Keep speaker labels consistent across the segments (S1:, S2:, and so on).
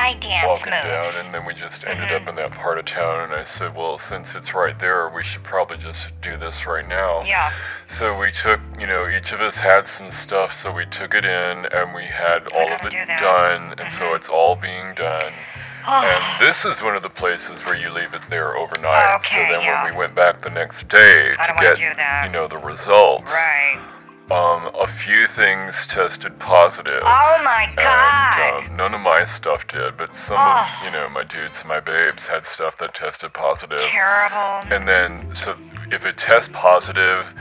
S1: my dance
S2: walking
S1: moves.
S2: down, and then we just ended
S1: Mm-hmm.
S2: up in that part of town. And I said, well, since it's right there, we should probably just do this right now.
S1: Yeah.
S2: So we took, you know, each of us had some stuff, so we took it in, and we had all of
S1: gotta
S2: it
S1: do that. Mm-hmm. Oh.
S2: done, and so it's all being done. And this is one of the places where you leave it there overnight. so
S1: Okay,
S2: then
S1: yeah.
S2: when we went back the next day
S1: I
S2: to
S1: don't wanna
S2: get,
S1: do that.
S2: you know, the results,
S1: Right.
S2: um, a few things tested positive.
S1: Oh my god.
S2: And um, none of my stuff did, but some of you know my dudes, my babes had stuff that tested positive.
S1: Terrible.
S2: And then so if it tests positive,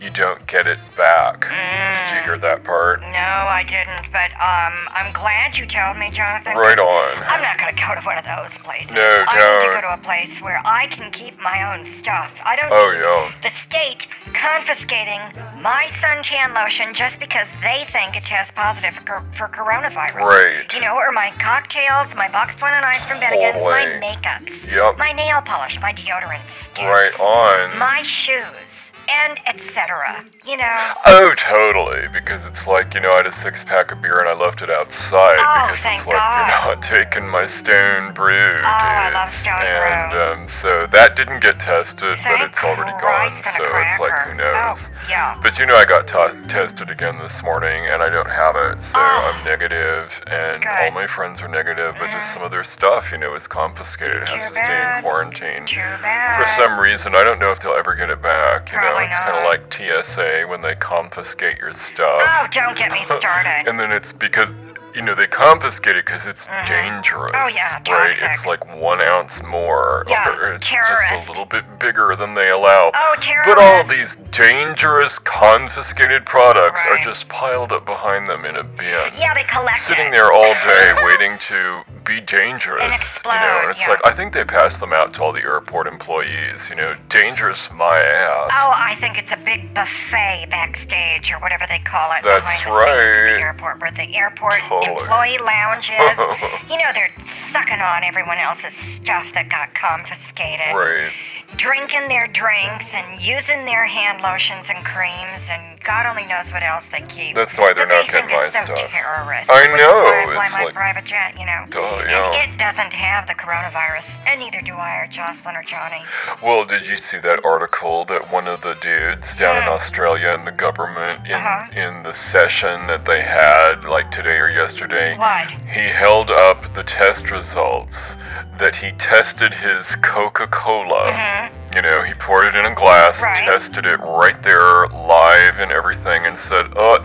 S2: you don't get it back. Did you hear that part?
S1: No, I didn't, but um, I'm glad you told me, Jonathan.
S2: Right on.
S1: I'm not gonna go to one of those places.
S2: No,
S1: I need to
S2: don't.
S1: go to a place where I can keep my own stuff. I don't
S2: Oh
S1: need
S2: yeah.
S1: the state confiscating my suntan lotion just because they think it tests positive for, cor- for coronavirus.
S2: Right.
S1: You know, or my cocktails, my box wine and ice from Bennigan's, my
S2: Totally.
S1: makeups,
S2: Yep.
S1: my nail polish, my deodorant, skincare,
S2: Right on.
S1: my shoes, and etc. You know.
S2: Oh, totally. Because it's like, you know, I had a six pack of beer and I left it outside
S1: Oh,
S2: because
S1: thank
S2: it's like,
S1: God. Oh,
S2: you're not taking my stone brew, dudes.
S1: I love Stone Brew.
S2: and, um, so that didn't get tested, but it's already gone.
S1: Christ on a
S2: So it's like,
S1: cracker.
S2: who knows?
S1: Oh, yeah.
S2: But you know, I got t- tested again this morning and I don't have it. So I'm negative,
S1: Ah. Good.
S2: and
S1: Mm.
S2: all my friends are negative, but just some of their stuff, you know, is confiscated. It has
S1: Too
S2: to stay in
S1: bad.
S2: quarantine.
S1: Too bad.
S2: For some reason, I don't know if they'll ever get it back. You
S1: Probably
S2: know, it's kind
S1: not.
S2: of like TSA when they confiscate your stuff.
S1: Oh, don't get me started.
S2: And then it's because, you know, they confiscate it because it's dangerous.
S1: Oh, yeah,
S2: Right?
S1: toxic.
S2: It's like one ounce more.
S1: Yeah,
S2: or it's just
S1: terrorist.
S2: a little bit bigger than they allow.
S1: Oh,
S2: But all
S1: terrorist.
S2: these dangerous confiscated products
S1: Right.
S2: are just piled up behind them in a bin.
S1: yeah, they collect
S2: Sitting
S1: it.
S2: there all day waiting to be dangerous. you know,
S1: explode,
S2: and it's
S1: yeah.
S2: like I think they pass them out to all the airport employees, you know, dangerous my ass.
S1: Oh, I think it's a big buffet backstage or whatever they call it.
S2: That's
S1: behind the scenes at
S2: right.
S1: The airport where the airport
S2: Totally.
S1: employee lounges. you know, they're sucking on everyone else's stuff that got confiscated.
S2: Right.
S1: Drinking their drinks and using their hand lotions and creams and God only knows what else they keep.
S2: That's why they're
S1: But
S2: not
S1: they
S2: getting
S1: think
S2: my
S1: it's so
S2: stuff.
S1: terrorist,
S2: I
S1: which is why
S2: know,
S1: I fly
S2: it's
S1: my
S2: like-
S1: private jet, you know.
S2: Duh,
S1: and
S2: yeah.
S1: it doesn't have the coronavirus, and neither do I or Jocelyn or Johnny.
S2: Well, did you see that article that one of the dudes down in Australia and the government in
S1: Uh-huh.
S2: in the session that they had like today or yesterday?
S1: What?
S2: He held up the test results that he tested his Coca-Cola. You know, he poured it in a glass,
S1: Uh-huh. Right.
S2: tested it right there live and everything and said, "Uh,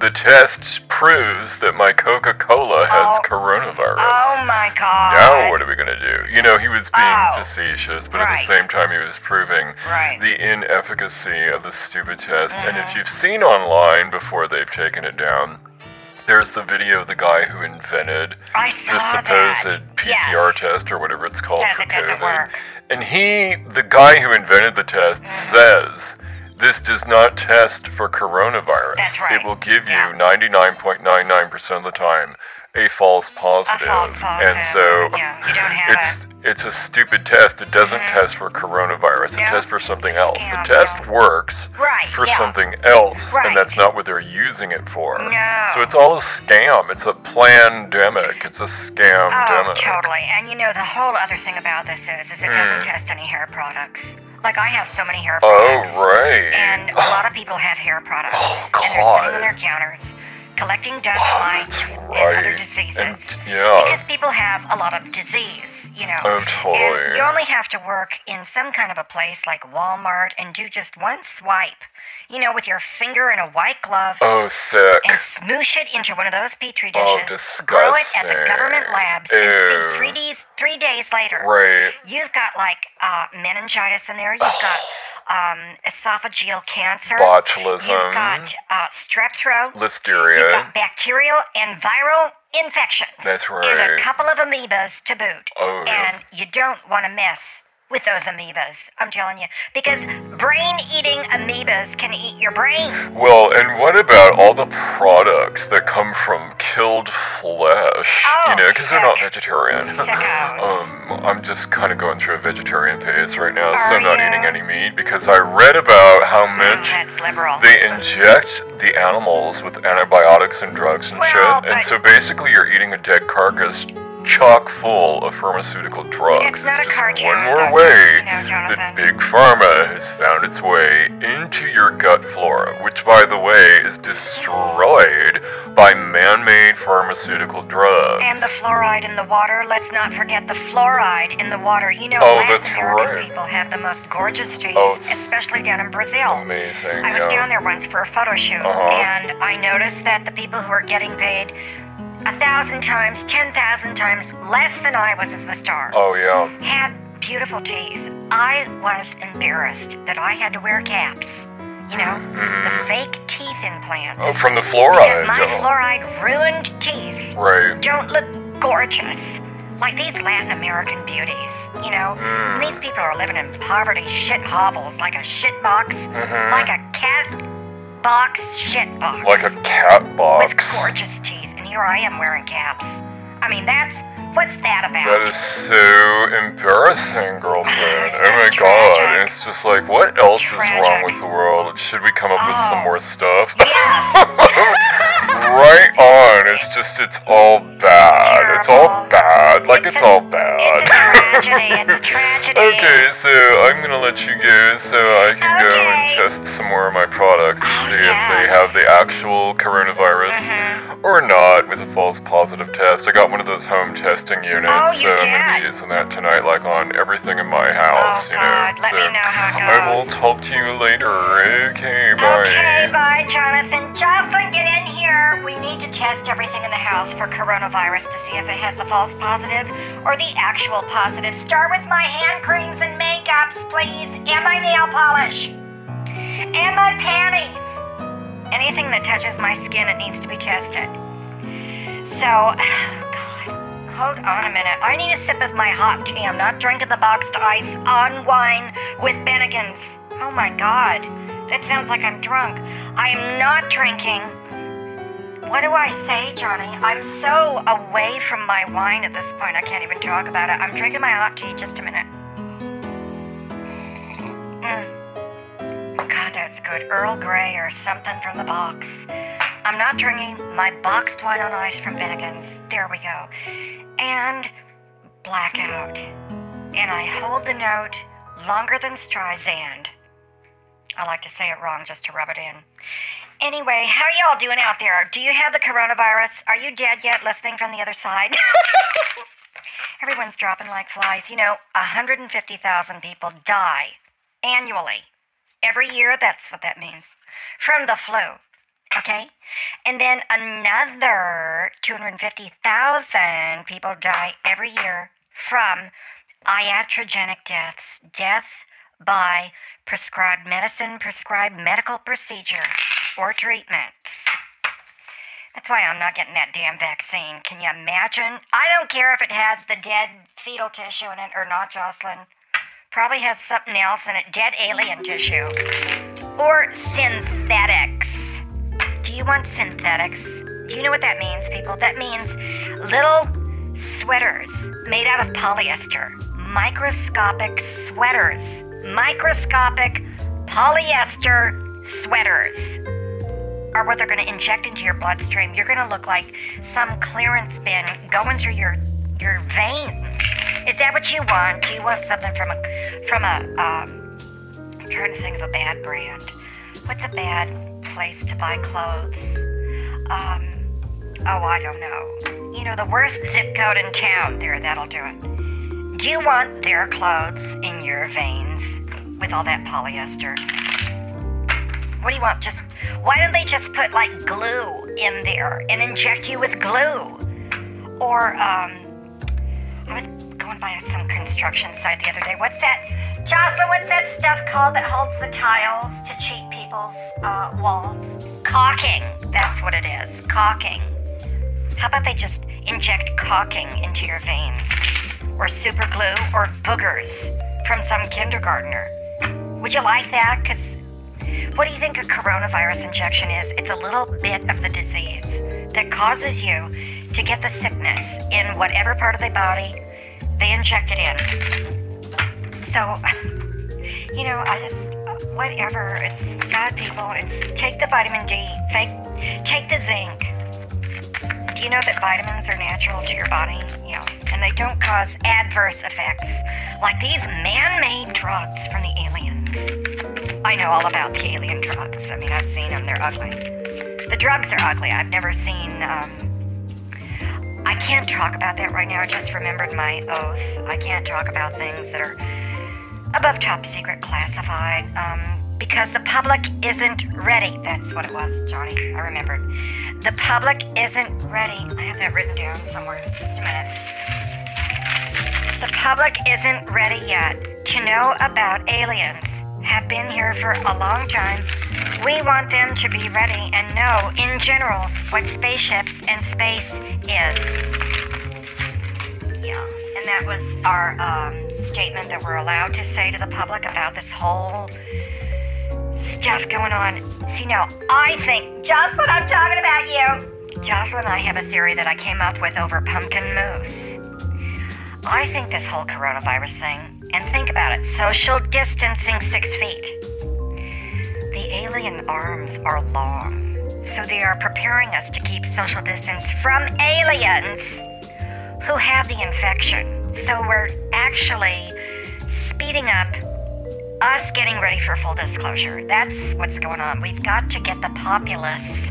S2: the test proves that my Coca-Cola has
S1: Oh.
S2: coronavirus."
S1: Oh my god.
S2: now what are we going to do? You know, he was being
S1: Oh.
S2: facetious, but at
S1: Right.
S2: the same time, he was proving
S1: Right.
S2: the inefficacy of the stupid test. And if you've seen online before they've taken it down, there's the video of the guy who invented
S1: I saw
S2: the supposed
S1: Ah, that.
S2: PCR
S1: Yes.
S2: test or whatever it's called
S1: Says
S2: for
S1: it doesn't
S2: COVID.
S1: work.
S2: And he, the guy who invented the test, says this does not test for coronavirus.
S1: That's right.
S2: It will give
S1: Yeah.
S2: you 99.99% of the time a false positive.
S1: positive.
S2: And so
S1: Yeah, you don't have
S2: it's it's a stupid test. It doesn't test for coronavirus. It
S1: No.
S2: tests for something else.
S1: Yeah,
S2: the test works
S1: Right,
S2: for
S1: yeah.
S2: something else,
S1: Right.
S2: and that's not what they're using it for.
S1: No.
S2: So it's all a scam. It's a plandemic. It's a scam
S1: Oh,
S2: demic.
S1: totally. And you know, the whole other thing about this is, is it doesn't test any hair products. Like I have so many hair
S2: Hmm. Oh
S1: products,
S2: right.
S1: and a lot of people have hair products,
S2: Oh,
S1: and they're sitting
S2: God.
S1: on their counters collecting dust
S2: Oh,
S1: mites
S2: that's
S1: and other
S2: right.
S1: diseases.
S2: And t- yeah.
S1: Because people have a lot of disease, you know.
S2: Oh, totally.
S1: And you only have to work in some kind of a place like Walmart and do just one swipe, you know, with your finger in a white glove.
S2: Oh sick.
S1: and smoosh it into one of those petri dishes.
S2: Oh,
S1: Grow it at the
S2: disgusting.
S1: government labs
S2: Ew.
S1: and see three days three days later.
S2: Right.
S1: You've got like uh, meningitis in there. You've got um, esophageal cancer.
S2: Botulism.
S1: You've got uh, strep throat. You've
S2: Listeria.
S1: got bacterial and viral infections.
S2: That's
S1: And a
S2: right.
S1: couple of amoebas to boot.
S2: Oh, yeah.
S1: And you don't want to mess with those amoebas. I'm telling you, because brain-eating amoebas can eat your brain.
S2: Well, and what about all the products that come from killed flesh?
S1: Oh,
S2: you know, because they're not
S1: sick.
S2: vegetarian.
S1: Sickos.
S2: Um, I'm just kind of going through a vegetarian phase right now, so
S1: Are
S2: I'm not
S1: you?
S2: eating any meat because I read about how
S1: Mm,
S2: much
S1: that's liberal.
S2: they inject the animals with antibiotics and drugs and
S1: Well,
S2: shit, and
S1: but-
S2: so basically you're eating a dead carcass chock full of pharmaceutical drugs.
S1: It's not a
S2: just
S1: cartoon,
S2: one more
S1: though,
S2: way
S1: you know, Jonathan.
S2: that big pharma has found its way into your gut flora, which, by the way, is destroyed by man-made pharmaceutical drugs.
S1: And the fluoride in the water. Let's not forget the fluoride in the water. You know,
S2: Oh,
S1: Latin
S2: that's
S1: American
S2: right.
S1: people have the most gorgeous trees,
S2: Oh, it's
S1: especially down in Brazil.
S2: Amazing.
S1: I was
S2: yeah.
S1: down there once for a photo shoot,
S2: Uh-huh.
S1: and I noticed that the people who were getting paid a thousand times, ten thousand times less than I was as the star
S2: Oh yeah.
S1: had beautiful teeth. I was embarrassed that I had to wear caps. You know, the fake teeth implants.
S2: Oh, from the
S1: because
S2: fluoride.
S1: my
S2: Mm-hmm. yeah.
S1: fluoride ruined teeth
S2: right.
S1: don't look gorgeous like these Latin American beauties. You know,
S2: Hmm.
S1: these people are living in poverty shit hovels, like a shit box, like a cat box shit box.
S2: Mm-hmm. Like a cat
S1: with
S2: box.
S1: gorgeous teeth, and here I am wearing caps. I mean, that's what's that about?
S2: That is so embarrassing, girlfriend.
S1: It's
S2: Oh my
S1: just
S2: god.
S1: tragic.
S2: And it's just like, what else is
S1: Tragic.
S2: wrong with the world? Should we come up with some
S1: Oh.
S2: more stuff?
S1: Yes.
S2: right on. It's just, it's all bad. It's all
S1: Terrible.
S2: bad. Like, it's
S1: a-
S2: all
S1: It's a
S2: bad.
S1: tragedy. It's a tragedy.
S2: Okay, so I'm gonna let you go so I can go and
S1: Okay.
S2: test some more of my products to
S1: Oh,
S2: see if they
S1: yes.
S2: have the actual coronavirus
S1: Mm-hmm.
S2: or not with a false positive test. I got one of those home testing units,
S1: Oh,
S2: so
S1: you
S2: I'm gonna be
S1: did?
S2: using that tonight, like on everything in my house,
S1: Oh,
S2: you
S1: God,
S2: know.
S1: let
S2: so
S1: me know how it
S2: I will
S1: goes.
S2: talk to you later. Okay, bye.
S1: Okay, bye, Jonathan. Jonathan, get in here. We need to test everything in the house for coronavirus to see if it has the false positive or the actual positive. Start with my hand creams and makeups, please, and my nail polish, and my panties. Anything that touches my skin, it needs to be tested. So, God, hold on a minute. I need a sip of my hot tea. I'm not drinking the boxed ice on wine with Bennigan's. Oh my God, that sounds like I'm drunk. I am not drinking. What do I say, Johnny? I'm so away from my wine at this point, I can't even talk about it. I'm drinking my hot tea. Just a minute. Mm. God, that's good. Earl Grey or something from the box. I'm not drinking my boxed wine on ice from Bennigan's. There we go. And blackout. And I hold the note longer than Streisand. I like to say it wrong just to rub it in. Anyway, how are y'all doing out there? Do you have the coronavirus? Are you dead yet listening from the other side? Everyone's dropping like flies. You know, 150,000 people die annually. Every year, that's what that means. From the flu. Okay? And then another 250,000 people die every year from iatrogenic deaths, death by prescribed medicine, prescribed medical procedure, or treatments. That's why I'm not getting that damn vaccine. Can you imagine? I don't care if it has the dead fetal tissue in it or not, Jocelyn. Probably has something else in it, dead alien tissue. Or synthetics. Do you want synthetics? Do you know what that means, people? That means little sweaters made out of polyester. Microscopic sweaters. Microscopic polyester sweaters are what they're going to inject into your bloodstream. You're going to look like some clearance bin going through your your veins. Is that what you want? Do you want something from a from a um, I'm trying to think of a bad brand. What's a bad place to buy clothes? Um, oh, I don't know. You know, the worst zip code in town. There, that'll do it. Do you want their clothes in your veins with all that polyester? What do you want? Just why don't they just put like glue in there and inject you with glue? Or um, I was going by some construction site the other day. What's that, Jocelyn? What's that stuff called that holds the tiles to cheat people's uh, walls? Caulking. That's what it is. Caulking. How about they just inject caulking into your veins, or super glue, or boogers from some kindergartner? Would you like that? Cause what do you think a coronavirus injection is? It's a little bit of the disease that causes you to get the sickness in whatever part of the body they inject it in. So, you know, I just, whatever. It's God, people. It's take the vitamin D, fake, take the zinc. Do you know that vitamins are natural to your body? Yeah. and they don't cause adverse effects like these man made drugs from the aliens. I know all about the alien drugs. I mean, I've seen them, they're ugly. The drugs are ugly. I've never seen. Um, I can't talk about that right now. I just remembered my oath. I can't talk about things that are above top secret classified. Um, because the public isn't ready. That's what it was, Johnny. I remembered. The public isn't ready. I have that written down somewhere. Just a minute. The public isn't ready yet to know about aliens. Have been here for a long time. We want them to be ready and know, in general, what spaceships and space is. Yeah, and that was our um, statement that we're allowed to say to the public about this whole stuff going on. See, now, I think, Jocelyn, I'm talking about you. Jocelyn and I have a theory that I came up with over pumpkin mousse. I think this whole coronavirus thing, and think about it social distancing six feet. The alien arms are long, so they are preparing us to keep social distance from aliens who have the infection. So we're actually speeding up us getting ready for full disclosure. That's what's going on. We've got to get the populace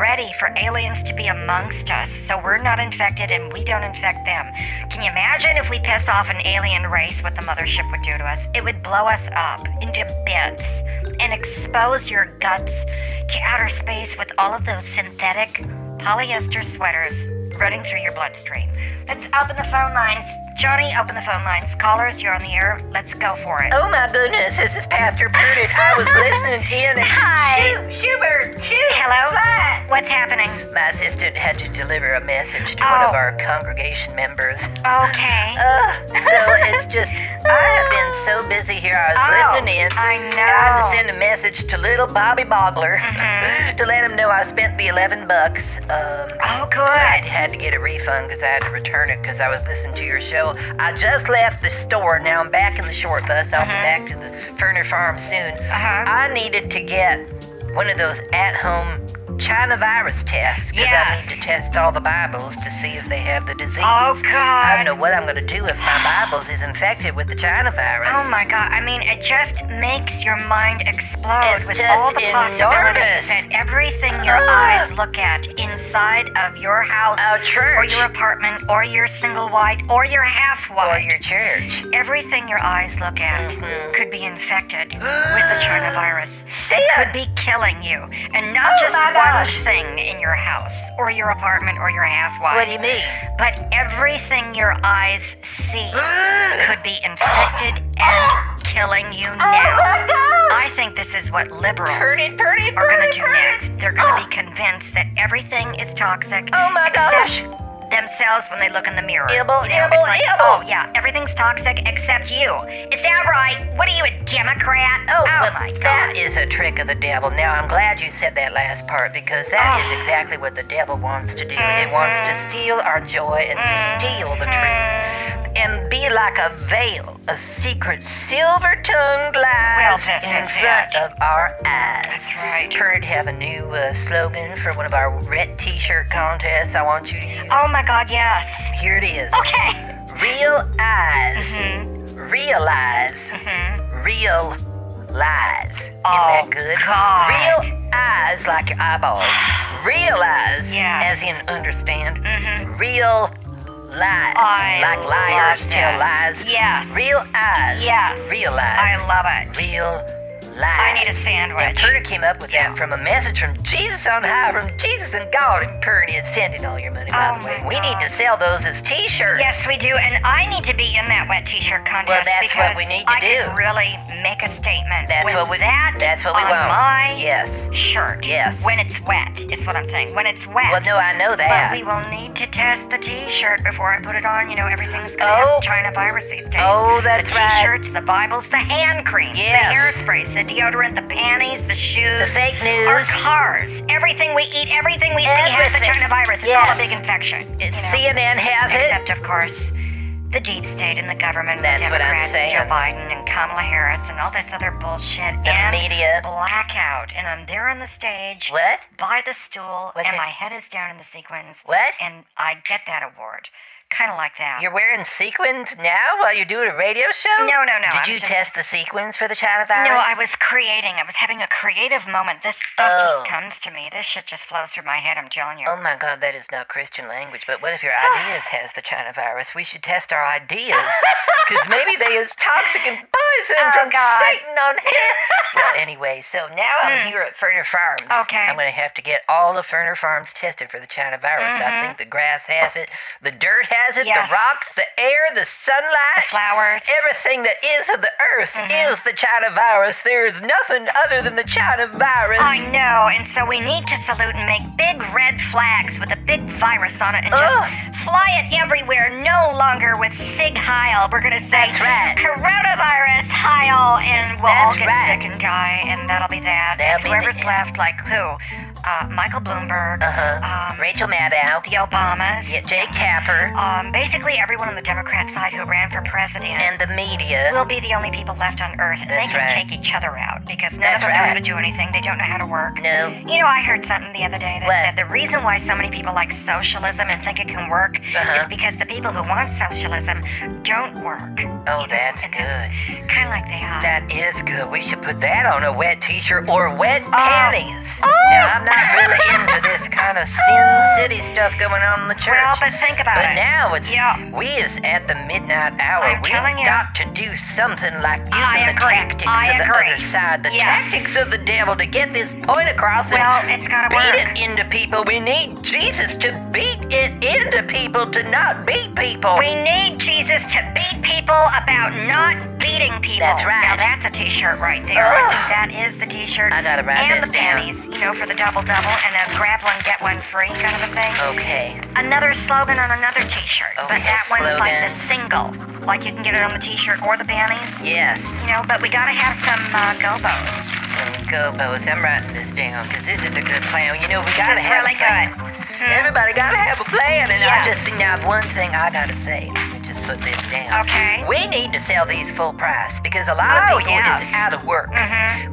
S1: ready for aliens to be amongst us so we're not infected and we don't infect them. Can you imagine if we piss off an alien race what the mothership would do to us? It would blow us up into bits and expose your guts to outer space with all of those synthetic polyester sweaters running through your bloodstream. Let's open the phone lines. Johnny, open the phone lines. Callers, you're on the air. Let's go for it.
S3: Oh my goodness, this is Pastor Prudit. I was listening in. And
S1: Hi.
S3: Schubert. Schubert.
S1: Hello. What's happening?
S3: My assistant had to deliver a message to one
S1: Oh.
S3: of our congregation members.
S1: Okay.
S3: Uh, so it's just, I have been so busy here. I was
S1: Oh,
S3: listening in.
S1: I
S3: I had to
S1: know. Mm-hmm.
S3: send a message to little Bobby Bogler to let him know I spent the 11 bucks. Um,
S1: Oh,
S3: I
S1: good.
S3: had to get a refund because I had to return it because I was listening to your show. I just left the store. Now I'm back in the short bus. I'll be back to the Furner Farm soon.
S1: Uh-huh.
S3: I needed to get one of those at home China virus tests because
S1: Yes.
S3: I need to test all the Bibles to see if they have the disease.
S1: Oh,
S3: I
S1: God.
S3: don't know what I'm going to do if my Bibles is infected with the China virus.
S1: Oh my god, I mean, it just makes your mind explode
S3: It's
S1: with
S3: just
S1: all the possibilities
S3: enormous.
S1: that everything your
S3: Ah.
S1: eyes look at inside of your house
S3: Our church.
S1: or your apartment or your single wide or your half
S3: or
S1: wide.
S3: your Mm-hmm. church.
S1: Everything your eyes look at could be infected with the China virus.
S3: See ya.
S1: Could be killing you. And not
S3: Oh
S1: just
S3: my
S1: one
S3: gosh.
S1: thing in your house or your apartment or your half wide.
S3: What do you mean?
S1: But everything your eyes see could be infected and killing you
S3: Oh
S1: now. I think this is what liberals
S3: Pretty, pretty,
S1: are going to
S3: pretty,
S1: do
S3: pretty.
S1: next. They're going to be convinced that everything is toxic.
S3: Oh my
S1: except
S3: gosh.
S1: Themselves when they look in the mirror.
S3: Ibble,
S1: You know, it's
S3: ibble,
S1: like,
S3: ibble.
S1: Oh yeah, everything's toxic except you. Is that right? What are you, a Democrat?
S3: Oh, well,
S1: my God.
S3: that is a trick of the devil. Now, I'm glad you said that last part because that is
S1: Oh.
S3: exactly what the devil wants to do. It wants to
S1: Mm-hmm.
S3: steal our joy and steal the truth and be like a veil of secret silver tongued lies
S1: that's
S3: in
S1: it.
S3: front of our eyes.
S1: That's right.
S3: Turned have a new uh, slogan for one of our red t shirt contests I want you to use.
S1: Oh my God, yes.
S3: Here it is
S1: Oh, Okay.
S3: Real eyes.
S1: Mm-hmm.
S3: Realize. Real lies. Isn't
S1: Oh,
S3: that good?
S1: God.
S3: Real eyes like your eyeballs. Realize
S1: Yes. Mm-hmm.
S3: as in understand. Real lies.
S1: I
S3: like liars
S1: love
S3: tell
S1: that.
S3: lies.
S1: Yes.
S3: Real eyes.
S1: Yes.
S3: Realize.
S1: I love it.
S3: Real lies.
S1: I need a
S3: And
S1: sandwich.
S3: Purdy came up with that from a message from Jesus on high, from Jesus and God. And Purdy is sending all your money, by
S1: Oh
S3: the way.
S1: my
S3: We
S1: God.
S3: need to sell those as t shirts.
S1: Yes, we do, and I need to be in that wet T-shirt contest.
S3: Well, that's
S1: because
S3: what we need to
S1: I can
S3: do.
S1: really make a statement.
S3: That's
S1: with
S3: what we
S1: That
S3: That's what we
S1: on
S3: want.
S1: My
S3: yes.
S1: shirt.
S3: Yes.
S1: When it's wet, is what I'm saying. When it's wet.
S3: Well, no, I know that.
S1: But we will need to test the T-shirt before I put it on. You know, everything's gonna
S3: Oh.
S1: have China virus these days.
S3: Oh, that's
S1: the
S3: right.
S1: T-shirts, the Bibles, the hand creams,
S3: Yes.
S1: the hairsprays, the deodorant, the panties, the shoes,
S3: the fake news.
S1: our cars, everything we eat, everything we see has the
S3: Everything.
S1: China virus. It's all
S3: Yes.
S1: a big infection.
S3: It's
S1: you know?
S3: CNN has it.
S1: Except, of course, the deep state and the government, and
S3: That's
S1: the
S3: what I'm
S1: Democrats, and Joe
S3: saying.
S1: Biden and Kamala Harris, and all this other bullshit,
S3: The
S1: and
S3: media.
S1: blackout. And I'm there on the stage,
S3: What?
S1: by the stool,
S3: What's
S1: and
S3: it-
S1: my head is down in the sequins.
S3: What?
S1: And I get that award Kind of like that.
S3: You're wearing sequins now while you're doing a radio show?
S1: No, no, no,
S3: Did
S1: I was
S3: you
S1: just-
S3: test the sequins for the child of ours?
S1: no, I was creating. I was having a creative moment. This stuff
S3: Oh.
S1: just comes to me. This shit just flows through my head. I'm telling you.
S3: Oh my god, that is not Christian language. But what if your ideas has the China virus? We should test our ideas. Because maybe they is toxic and poison
S1: Oh,
S3: from
S1: God. Hmm.
S3: Satan on him. well, anyway, so now I'm here at Ferner Farms.
S1: Okay.
S3: I'm going to have to get all of Ferner Farms tested for the China virus. I think the grass has it, the dirt has it,
S1: Mm-hmm. Yes.
S3: the rocks, the air, the sunlight,
S1: Flowers. Mm-hmm.
S3: everything that is of the earth is the China virus. There is nothing other than the China virus.
S1: I know, and so we need to salute and make big red flags with a big virus on it and just
S3: Ugh.
S1: fly it everywhere, no longer with Sig Heil. We're gonna say
S3: That's right.
S1: coronavirus Heil, and we'll all
S3: That's
S1: get
S3: right.
S1: sick and die, and that'll be that.
S3: That'll
S1: and
S3: be the
S1: whoever's
S3: end.
S1: left, like who? Uh, Michael Bloomberg,
S3: Uh-huh.
S1: um,
S3: Rachel Maddow.
S1: the Obamas,
S3: Yeah, Jake Tapper
S1: um, basically everyone on the Democrat side who ran for president.
S3: and the media.
S1: We'll be the only people left on Earth, and
S3: That's
S1: they can
S3: right.
S1: take each other out because none
S3: That's
S1: of them know how to
S3: right.
S1: do anything. They don't know how to work.
S3: No.
S1: You know, I heard something the other day that
S3: What?
S1: said the reason why so many people like socialism and think it can work
S3: Uh-huh.
S1: is because the people who want socialism don't work.
S3: Oh, that's good.
S1: Kind of like they are.
S3: That is good. We should put that on a wet t-shirt or wet panties.
S1: Oh.
S3: Now I'm not really into this kind of Sin City stuff going on in the church.
S1: well, but think about
S3: But
S1: it.
S3: now it's
S1: Yeah.
S3: we is at the midnight hour.
S1: I'm telling
S3: We've
S1: you.
S3: got to do something like using
S1: I
S3: the
S1: agree.
S3: tactics
S1: I
S3: of
S1: agree.
S3: the other side, the
S1: Yes.
S3: tactics of the devil to get this point across and
S1: Well, it's gotta
S3: beat
S1: work.
S3: it into people. We need Jesus to beat it into people, to not beat people.
S1: We need Jesus to beat people about not beating people.
S3: That's right.
S1: Now that's a T-shirt right there. I think that is the T-shirt.
S3: I gotta write
S1: And
S3: this
S1: the
S3: down.
S1: panties, you know, for the double double and a grab one get one free kind of a thing.
S3: okay.
S1: Another slogan on another T-shirt, but
S3: Okay,
S1: that one's like the
S3: slogans.
S1: single. Like you can get it on the T-shirt or the panties.
S3: Yes.
S1: You know, but we gotta have some uh, gobos.
S3: and gobos. I'm writing this down because this is a good plan. You know, we gotta
S1: is
S3: have
S1: really
S3: a plan. Mm-hmm.
S1: good.
S3: Everybody gotta have a plan, and
S1: Yes.
S3: I just think now one thing I gotta say. Let me Just put this down.
S1: Okay.
S3: We need to sell these full price because a lot
S1: Oh,
S3: of people
S1: yes. Mm-hmm.
S3: is out of work,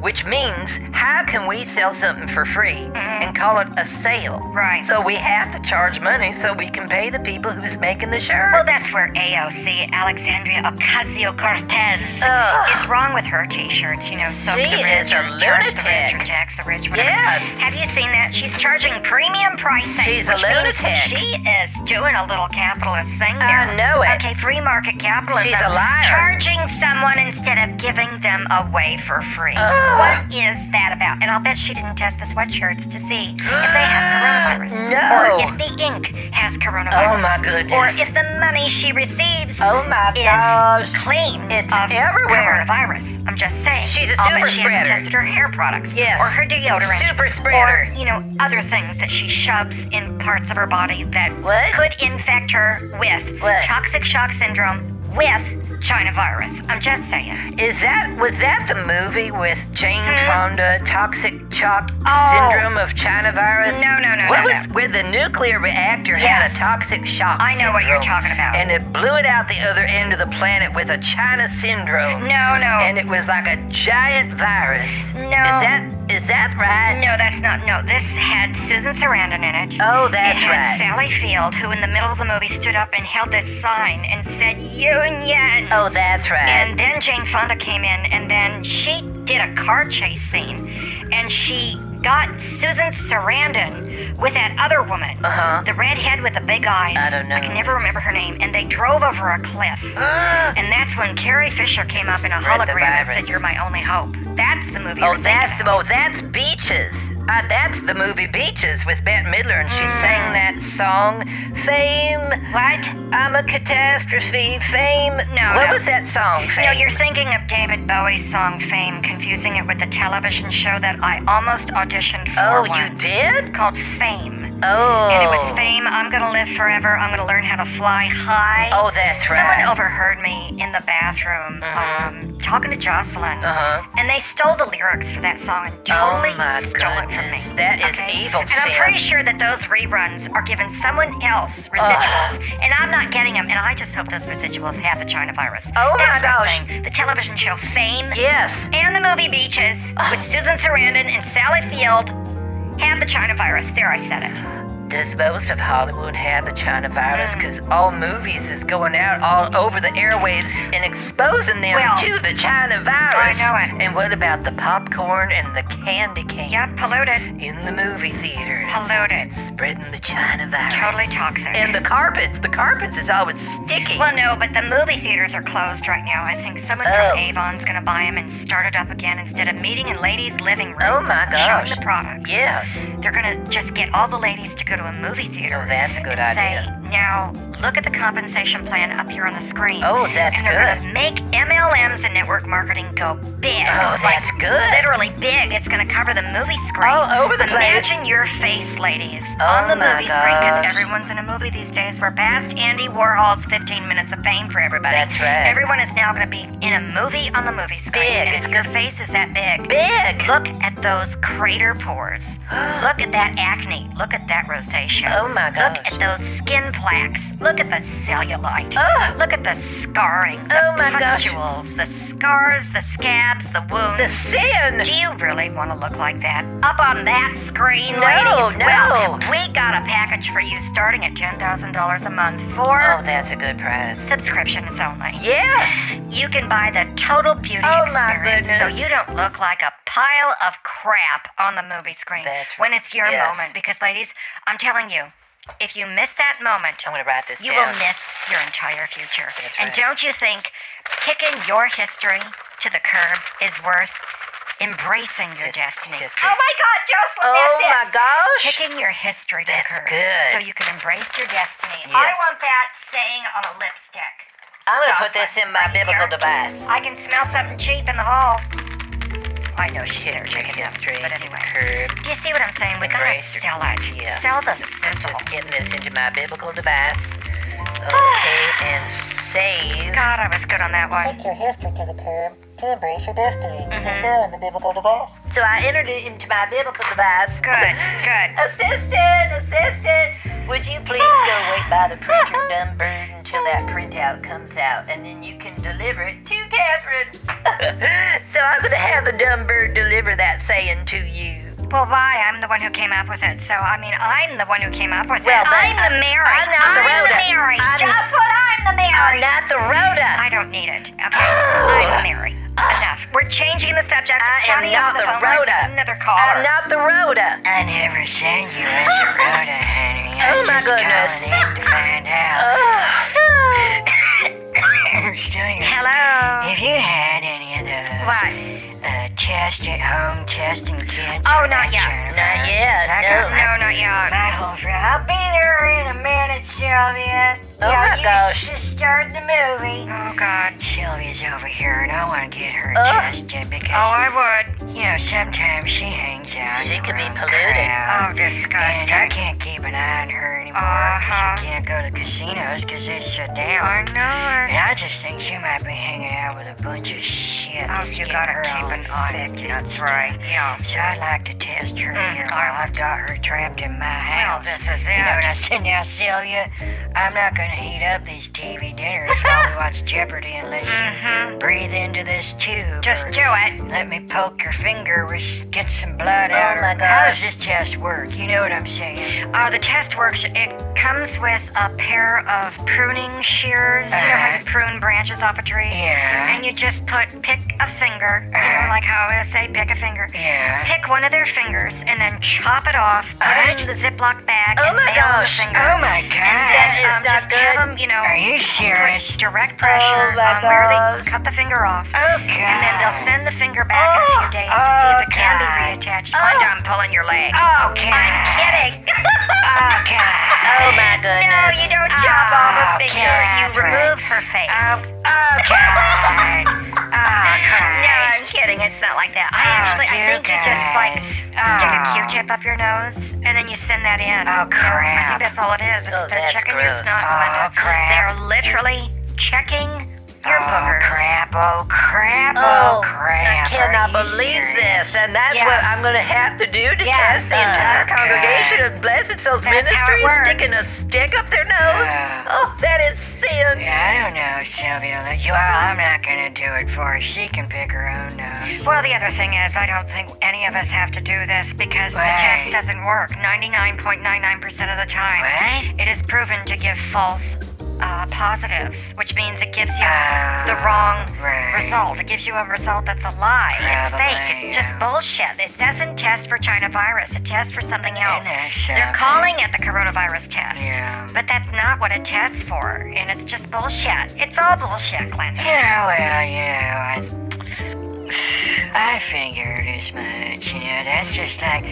S3: which means how can we sell something for free and call it a sale?
S1: Mm-hmm. Right.
S3: So we have to charge money so we can pay the people who's making the shirts.
S1: Well, that's where AOC, Alexandria Ocasio Cortez,
S3: Ugh.
S1: is wrong with her T-shirts. You know, soak
S3: She
S1: the rich,
S3: is a
S1: or charge the rich, or
S3: lunatic.
S1: tax the rich. Whatever.
S3: Yes.
S1: Have you seen that? She's charging premium pricing.
S3: She's a
S1: which means
S3: lunatic.
S1: She is doing a little capitalist thing there.
S3: I know it.
S1: Okay, free market capitalism.
S3: She's a liar.
S1: Charging someone instead of giving them away for free.
S3: Ugh.
S1: What is that about? And I'll bet she didn't test the sweatshirts to see if they have coronavirus
S3: No.
S1: or if the ink has coronavirus.
S3: oh my goodness.
S1: Or if the money she receives
S3: oh my
S1: is
S3: gosh.
S1: clean
S3: It's
S1: of
S3: everywhere.
S1: coronavirus. I'm just saying.
S3: She's a
S1: I'll bet
S3: super
S1: she hasn't
S3: spreader.
S1: tested her hair products.
S3: Yes.
S1: Or her deodorant.
S3: Super spreader.
S1: Or, you know, other things that she shoves in parts of her body that
S3: What?
S1: could infect her with
S3: What?
S1: toxic shock syndrome with China virus. I'm just saying.
S3: Is that was that the movie with Jane Fonda, Toxic Shock
S1: Oh.
S3: Syndrome of China Virus?
S1: No, no, no, no,
S3: What was
S1: no.
S3: where the nuclear reactor had
S1: Yes.
S3: a toxic shock?
S1: I know what you're talking
S3: syndrome,
S1: about.
S3: And it blew it out the other end of the planet with a China syndrome.
S1: No, no.
S3: And it was like a giant virus.
S1: No.
S3: Is that is that right?
S1: no, that's not. No, this had Susan Sarandon in it.
S3: Oh, that's
S1: it had
S3: right.
S1: Sally Field, who in the middle of the movie stood up and held this sign and said, Union!
S3: Oh, that's right.
S1: And then Jane Fonda came in, and then she did a car chase scene, and she got Susan Sarandon with that other woman,
S3: Uh-huh.
S1: the redhead with the big eyes.
S3: I don't know.
S1: I can never remember her name. And they drove over a cliff, and that's when Carrie Fisher came up in a
S3: Spread the
S1: hologram and
S3: virus.
S1: said, "You're my only hope." That's the movie.
S3: Oh,
S1: we're thinking
S3: that's
S1: of.
S3: oh, that's Beaches. Uh, that's the movie Beaches with Bette Midler, and she
S1: Mm.
S3: sang that song, Fame.
S1: what?
S3: I'm a catastrophe. Fame.
S1: No,
S3: What
S1: no.
S3: was that song? Fame.
S1: No, you're thinking of David Bowie's song "Fame," confusing it with the television show that I almost auditioned for.
S3: Oh, you
S1: once,
S3: did?
S1: Called Fame.
S3: Oh.
S1: And it was fame. I'm gonna live forever. I'm gonna learn how to fly high.
S3: Oh, that's right.
S1: Someone overheard me in the bathroom um, talking to Jocelyn,
S3: Mm-hmm. Uh-huh. Oh,
S1: and they stole the lyrics for that song and totally
S3: my
S1: stole it from me.
S3: goodness. That is evil,
S1: And
S3: Sam.
S1: I'm pretty sure that those reruns are giving someone else residuals, and I'm not getting them. And I just hope those residuals have the China virus.
S3: Oh, my
S1: That's what I'm
S3: gosh.
S1: saying. The television show Fame
S3: Yes.
S1: and the movie Beaches with Susan Sarandon and Sally Field have the China virus. There, I said it.
S3: Does most of Hollywood have the China virus?
S1: Mm.
S3: Because all movies is going out all over the airwaves and exposing them
S1: Well,
S3: to the China virus.
S1: I know it.
S3: And what about the popcorn and the candy canes?
S1: Yep, polluted.
S3: In the movie theaters.
S1: Polluted.
S3: Spreading the China virus.
S1: Totally toxic.
S3: And the carpets. The carpets is always sticky.
S1: Well, no, but the movie theaters are closed right now. I think someone
S3: Oh.
S1: from Avon's gonna buy them and start it up again instead of meeting in ladies' living rooms.
S3: Oh my gosh.
S1: Showing the products.
S3: Yes.
S1: They're gonna just get all the ladies to go to a movie theater.
S3: Oh, that's a good
S1: and
S3: idea.
S1: Say, now look at the compensation plan up here on the screen.
S3: Oh, that's
S1: and they're
S3: good.
S1: gonna make MLMs and network marketing go big.
S3: Oh,
S1: Like,
S3: that's good.
S1: Literally big. It's gonna cover the movie screen.
S3: All over the place.
S1: Imagine your face, ladies,
S3: Oh,
S1: on the
S3: my
S1: movie screen because
S3: gosh.
S1: everyone's in a movie these days. We're past Andy Warhol's 15 minutes of fame for everybody.
S3: That's right.
S1: Everyone is now gonna be in a movie on the movie screen.
S3: Big.
S1: And
S3: It's
S1: if your face is that big.
S3: Big.
S1: Look at those crater pores. Look at that acne. Look at that rosacea.
S3: Oh my gosh.
S1: Look at those skin plaques. Look at the cellulite.
S3: Ugh.
S1: Look at the scarring. The
S3: Oh my gosh.
S1: pustules, the scars, the scabs, the wounds.
S3: The sin.
S1: Do you really want to look like that? Up on that screen,
S3: No,
S1: ladies?
S3: no.
S1: Well, we got a package for you starting at $10,000 a month for
S3: Oh, that's a good price.
S1: subscriptions only.
S3: Yes.
S1: You can buy the total beauty
S3: Oh, my
S1: experience so
S3: goodness.
S1: you don't look like a pile of crap on the movie screen
S3: That's
S1: when it's your
S3: yes.
S1: moment. Because, ladies, I'm telling you, if you miss that moment,
S3: I'm gonna write this
S1: you
S3: down.
S1: will miss your entire future.
S3: That's
S1: and
S3: right.
S1: don't you think kicking your history to the curb is worth embracing your
S3: Yes,
S1: destiny?
S3: yes,
S1: Oh
S3: yes.
S1: my God, Jocelyn,
S3: Oh
S1: that's it.
S3: my gosh.
S1: Kicking your history to
S3: That's
S1: the curb
S3: good.
S1: so you can embrace your destiny. I
S3: Yes.
S1: want that saying on a lipstick.
S3: I'm gonna put this in my biblical device.
S1: I can smell something cheap in the hall. I know she's there
S3: Kicking
S1: taking
S3: it
S1: it,
S3: straight
S1: but
S3: to the
S1: anyway.
S3: curb.
S1: Do you see what I'm saying? We gotta
S3: Embrace your-
S1: sell it.
S3: Yes.
S1: Sell the sizzle.
S3: Just getting this into my biblical device. Okay, and save.
S1: God, I was good on that one.
S4: Take your history to the curb to embrace your destiny. It's now in the biblical device.
S3: Mm-hmm. So I entered it into my biblical device.
S1: Good, good.
S3: Assistant, assistant, would you please go wait by the printer dumb bird until that printout comes out and then you can deliver it to Catherine? so I'm going to have the dumb bird deliver that saying to you.
S1: Well, why? I'm the one who came up with it. So, I mean, I'm the one who came up with
S3: Well,
S1: it.
S3: but
S1: I'm the
S3: I-
S1: Mary.
S3: I'm not the
S1: I'm
S3: Rhoda.
S1: Mary.
S3: I'm-
S1: Just what I'm the
S3: I'm
S1: Mary.
S3: not the Rhoda.
S1: I don't need it. Okay. I'm the Mary. Enough. We're changing the subject.
S3: I am
S1: Johnny on
S3: not
S1: the,
S3: the
S1: phone line
S3: Rhoda.
S1: with Another call.
S3: I'm not the Rhoda.
S1: I never seen you as a Rhoda, honey. I
S3: Oh,
S1: was
S3: my
S1: just calling
S3: goodness.
S1: in to find out.
S3: Ugh.
S1: I'm still your-
S3: Hello.
S1: If you had any of those
S3: What?
S1: uh, chest at home, chest and kids.
S3: Oh,
S1: for
S3: not
S1: that
S3: yet.
S1: turnaround,
S3: Not yet,
S1: 'cause I got
S3: no.
S1: my- My whole fr- I'll be there in a minute, Sylvia.
S3: Oh,
S1: Y'all
S3: my
S1: used
S3: gosh.
S1: to start the movie. Oh God, Sylvia's over here, and I want to get her
S3: Ugh.
S1: adjusted because. Oh, I would. You know, sometimes she hangs out.
S3: She
S1: in
S3: could be
S1: around
S3: polluted.
S1: Crowd, oh, disgusting. And I can't keep an eye on her anymore. Uh-huh. She can't go to casinos because they shut down. I know. And I just think she might be hanging out with a bunch of shit. Oh, you gotta keep an eye. That's right. Yeah. So I'd like to test her here. while I've got her trapped in my house. Well, this is it. You know what I said now, Sylvia? I'm not gonna heat up these TV dinners while we watch Jeopardy unless you breathe into this tube. Mm-hmm. Just do it. Let me poke your finger. We s- get some blood
S3: Oh
S1: out. or-
S3: my
S1: How
S3: gosh.
S1: does this test work? You know what I'm saying? Uh, the test works. It comes with a pair of pruning shears. You know how you prune branches off a tree?
S3: Uh-huh. Yeah. Uh-huh.
S1: And you just put pick a finger. You know, like how I say pick a finger.
S3: Yeah.
S1: Pick one of their fingers and then chop it off. Put it in the Ziploc bag.
S3: Oh
S1: and
S3: my
S1: mail them
S3: gosh.
S1: The finger.
S3: Oh my
S1: And
S3: God.
S1: then
S3: That is
S1: um,
S3: not
S1: just have
S3: good.
S1: them, you know.
S3: Are you serious? Oh
S1: Put direct pressure on
S3: my
S1: where
S3: gosh.
S1: they cut the finger off.
S3: Okay.
S1: And then they'll send the finger back in a
S3: Oh,
S1: few days to see if it can be
S3: okay.
S1: reattached.
S3: Oh.
S1: Linda, I'm pulling your leg.
S3: Okay.
S1: I'm kidding. okay.
S3: Oh my goodness.
S1: No, you don't
S3: Ah,
S1: chop off her
S3: Okay.
S1: finger. You remove her face.
S3: Ah,
S1: Ah,
S3: Okay.
S1: No, I'm kidding. It's not like that. I
S3: Oh,
S1: actually, I
S3: Ah, you
S1: think you just like
S3: guys.
S1: stick a
S3: Oh.
S1: Q-tip up your nose and then you send that in. I
S3: Oh, crap.
S1: think that's all it is. It's
S3: Oh,
S1: they're
S3: that's
S1: checking your
S3: gross.
S1: snot,
S3: Oh,
S1: Linda.
S3: crap.
S1: They're literally checking You're boogers. Ah, crap, oh crap, oh, crap.
S3: I cannot
S1: Are you
S3: believe
S1: serious?
S3: this. And that's
S1: Yes.
S3: what I'm going to have to do to
S1: Yes.
S3: test the entire
S1: Oh,
S3: congregation
S1: God.
S3: of Blessed Souls
S1: That's how it
S3: Ministries
S1: works.
S3: sticking a stick up their nose.
S1: Yeah.
S3: Oh, that is sin.
S1: Yeah, I don't know, Sylvia. Like, Well, I'm not gonna do it for her. She can pick her own nose. Well, the other thing is, I don't think any of us have to do this because the test doesn't work 99.99% of the time. It is proven to give false uh, positives, which means it gives you the wrong result. It gives you a result that's a lie. it's fake. It's just bullshit. It doesn't test for China virus. It tests for something else. They're calling it the coronavirus test. But that's not what it tests for, and it's just bullshit. It's all bullshit, Glenn.
S5: Yeah, well, you know, I, I figured as much. You know, that's just like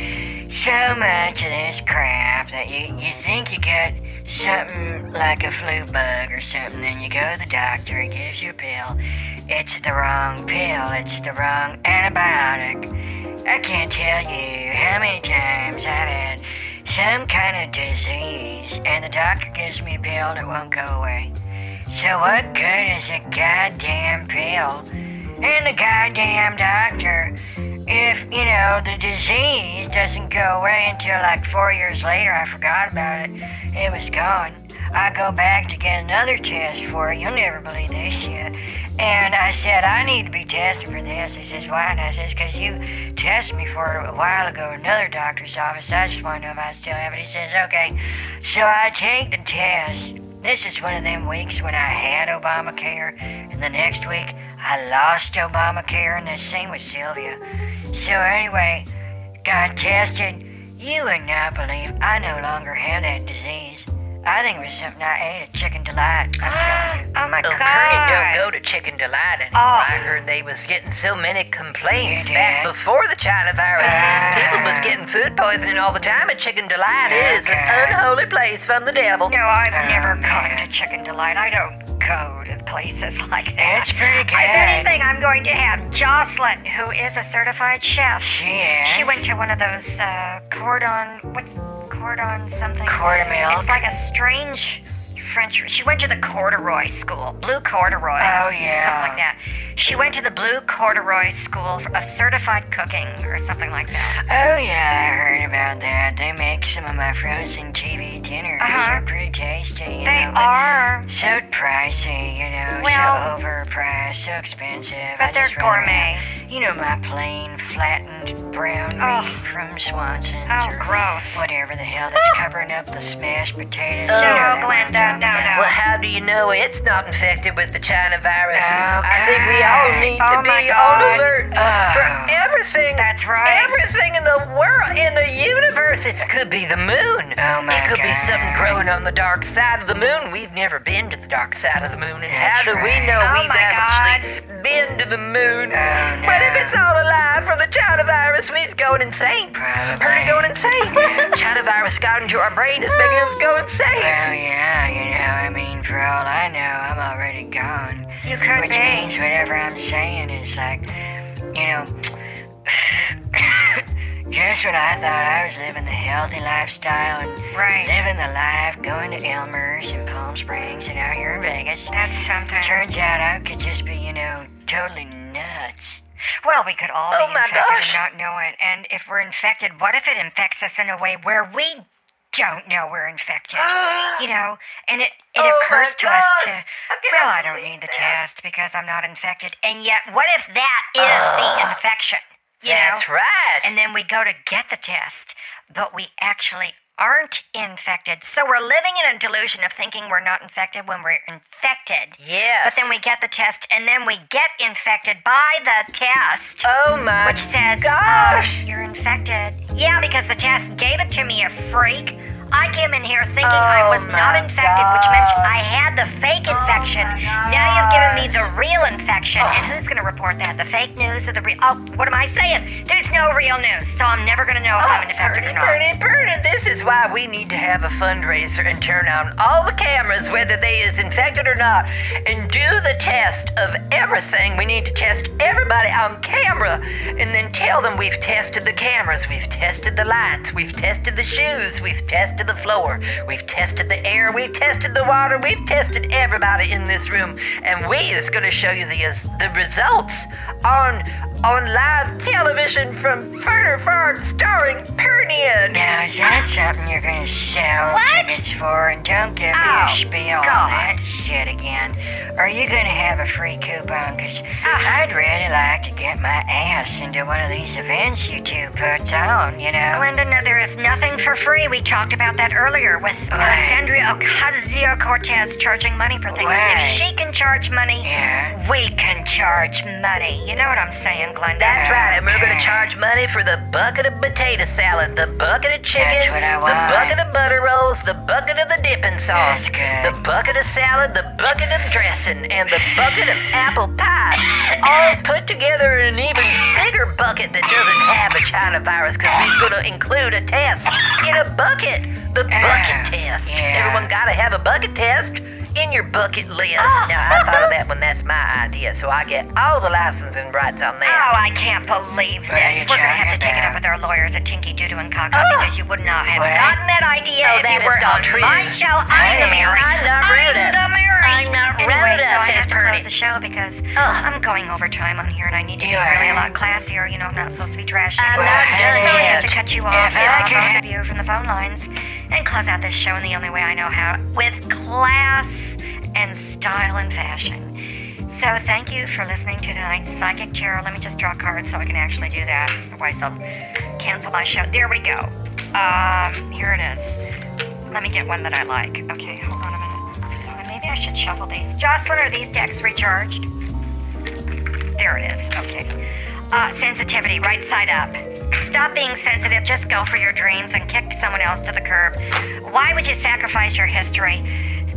S5: so much of this crap that you, you think you got something like a flu bug or something, then you go to the doctor, he gives you a pill. It's the wrong pill, it's the wrong antibiotic. I can't tell you how many times I've had some kind of disease, and the doctor gives me a pill that won't go away. So what good is a goddamn pill and a goddamn doctor if, you know, the disease doesn't go away until like four years later? I forgot about it. It was gone. I go back to get another test for it. You'll never believe this shit. And I said, I need to be tested for this. He says, why? And I says, because you tested me for it a while ago in another doctor's office. I just want to know if I still have it. He says, okay. So I take the test. This is one of them weeks when I had Obamacare, and the next week I lost Obamacare, and the same with Sylvia. So anyway, got tested. You would not believe I no longer have that disease. I think it was something I ate at Chicken Delight. I'm telling you.
S1: Oh my
S3: Oh,
S1: god.
S3: Curry don't go to Chicken Delight anymore.
S1: Oh.
S3: I heard they was getting so many complaints
S5: You
S3: back
S5: did?
S3: before the China virus.
S5: Ah.
S3: People was getting food poisoning all the time at Chicken Delight. It is an
S5: Okay.
S3: unholy place from the devil.
S1: No, I've never
S5: Oh,
S1: gone
S5: man.
S1: to Chicken Delight. I don't go to places like that.
S5: That's pretty good.
S1: If anything, I'm going to have Jocelyn, who is a certified chef.
S5: She is.
S1: She went to one of those uh, cordon, what's cordon something?
S5: Cordon milk.
S1: It's like a strange French. She went to the corduroy school, blue corduroy.
S5: Oh, yeah.
S1: something like that. She went to the blue corduroy school of certified cooking or something like that.
S5: Oh yeah, I heard about that. They make some of my frozen TV dinners.
S1: Uh-huh.
S5: They're pretty tasty. You
S1: They
S5: know, but
S1: are,
S5: So pricey, you know.
S1: Well-
S5: so overpriced, so expensive. I
S1: but they're
S5: just rather
S1: gourmet.
S5: have, You know my plain flattened brown
S1: Ugh.
S5: meat from Swanson's
S1: Oh,
S5: or
S1: gross.
S5: whatever the hell that's covering up the smashed potatoes.
S3: Oh.
S5: you
S1: No,
S5: know that
S1: Glenn,
S5: I'm
S1: no, no,
S5: talking about.
S1: no.
S3: Well, how do you know it's not infected with the China virus? I think we all
S5: Okay.
S3: need to
S1: Oh, my
S3: be on
S1: God. Uh.
S3: alert for everything.
S1: That's right.
S3: Everything in the world, in the universe, it could be the moon.
S5: Oh, my
S3: It could be something
S5: God.
S3: growing on the dark side of the moon. We've never been to the dark side of the moon, and how
S5: That's
S3: do we
S5: right.
S3: know
S1: Oh,
S3: we've
S1: my
S3: actually been to the moon?
S5: Oh,
S3: What if
S5: no.
S3: it's all a lie from the China virus? We've gone insane.
S5: Probably.
S3: We're going insane. China virus got into our brain. It's making us go insane.
S5: Well, yeah, you know, I mean, for all I know, I'm already gone.
S1: You could
S5: Which
S1: be.
S5: means whatever I'm saying is like, you know, just when I thought I was living the healthy lifestyle and
S1: Right.
S5: living the life, going to Elmer's and Palm Springs and out here in Vegas,
S1: That's something.
S5: turns out I could just be, you know, totally nuts.
S1: Well, we could all
S3: Oh
S1: be
S3: my
S1: infected
S3: gosh.
S1: and not know it. And if we're infected, what if it infects us in a way where we don't know we're infected? you know, and it, it
S3: Oh my
S1: occurs to us
S3: God.
S1: to,
S3: How can
S1: well,
S3: I
S1: I don't
S3: believe
S1: need the
S3: that?
S1: test because I'm not infected. And yet, what if that is
S5: Oh.
S1: the infection? You know?
S3: That's right.
S1: And then we go to get the test, but we actually aren't infected. So we're living in a delusion of thinking we're not infected when we're infected.
S3: yes.
S1: But then we get the test, and then we get infected by the test,
S3: Oh my
S1: which says,
S3: gosh!
S1: "Oh, you're infected." Yeah, because the test gave it to me, a freak. I came in here thinking I
S3: Oh
S1: was not
S3: my
S1: infected, which meant
S3: God. Oh
S1: I had the fake infection. now you've given me the real infection, and who's going to report that? The fake news or the real? Oh, what am I saying? There's no real news, so I'm never going to know if I'm infected or
S3: Bernie,
S1: not.
S3: Bernie, Bernie, this is why we need to have a fundraiser and turn on all the cameras, whether they is infected or not, and do the test of everything. We need to test everybody on camera and then tell them we've tested the cameras, we've tested the lights, we've tested the shoes, we've tested the floor, we've tested the air, we've tested the water, we've tested everybody in this room, and we TV that's going to show you the uh, the results on on live television from Furter Farm starring Pernian.
S5: Now, is that something you're gonna sell
S3: What?
S5: tickets for? And don't give me
S3: Oh,
S5: a spiel
S3: God.
S5: on that shit again. Are you gonna have a free coupon? Because
S3: Ah.
S5: I'd really like to get my ass into one of these events you two puts on, you know?
S1: Glenda, no, there is nothing for free. We talked about that earlier with Alexandria Ocasio Cortez charging money for things.
S5: Right.
S1: If she can charge money,
S5: Yeah.
S1: we can charge money. You know what I'm saying, Glenda?
S3: That's right, and we're gonna
S5: Okay.
S3: charge money for the bucket of potato salad, the bucket of chicken,
S5: That's what I
S3: the
S5: want.
S3: bucket of butter rolls, the bucket of the dipping sauce,
S5: That's good.
S3: the bucket of salad, the bucket of dressing, and the bucket of apple pie, all put together in an even bigger bucket that doesn't have a China virus, because we're gonna include a test in a bucket, the bucket
S5: Yeah.
S3: test.
S5: Yeah.
S3: Everyone gotta have a bucket test. In your bucket list. Now, I thought of that one. That's my idea. So I get all the licensing rights on that.
S1: Oh, I can't believe this.
S5: What are you
S1: We're gonna have
S5: talking
S1: to take it up
S5: about?
S1: with our lawyers at Tinky Doodoo and Kaka because you would not have
S5: What?
S1: gotten that idea
S3: Oh,
S1: if
S3: that
S1: you
S3: is
S1: were
S3: not
S1: on
S3: true.
S1: my show. I'm the
S5: Hey,
S1: Mary.
S3: I'm not Rhoda.
S1: I'm the Mary.
S3: I'm not
S1: anyway,
S3: Rhoda,
S1: so I
S3: says
S1: have to
S3: Purdy.
S1: close the show because I'm going over time on here and I need to
S5: You
S1: be really a
S5: are.
S1: lot classier. You know, I'm not supposed to be trashy.
S3: I'm
S1: Well,
S5: not done
S1: So I have to
S3: yet.
S1: cut you off,
S5: If I
S1: uh,
S5: could
S1: both
S5: ha-
S1: of you, from the phone lines and close out this show in the only way I know how with class and style and fashion. So thank you for listening to tonight's psychic tarot. Let me just draw cards so I can actually do that. Otherwise, I'll cancel my show. There we go. Um, here it is. Let me get one that I like. Okay, hold on a minute. Maybe I should shuffle these. Jocelyn, are these decks recharged? There it is. Okay. Uh, sensitivity, right side up. Stop being sensitive. Just go for your dreams and kick someone else to the curb. Why would you sacrifice your history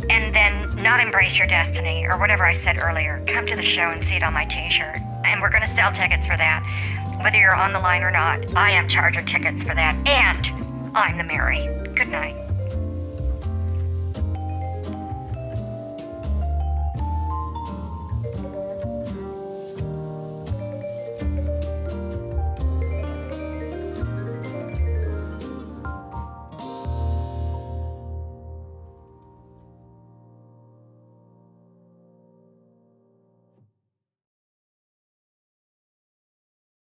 S1: and then not embrace your destiny or whatever I said earlier? Come to the show and see it on my T-shirt, and we're gonna sell tickets for that, whether you're on the line or not. I am charging tickets for that, and I'm the Mary. Good night.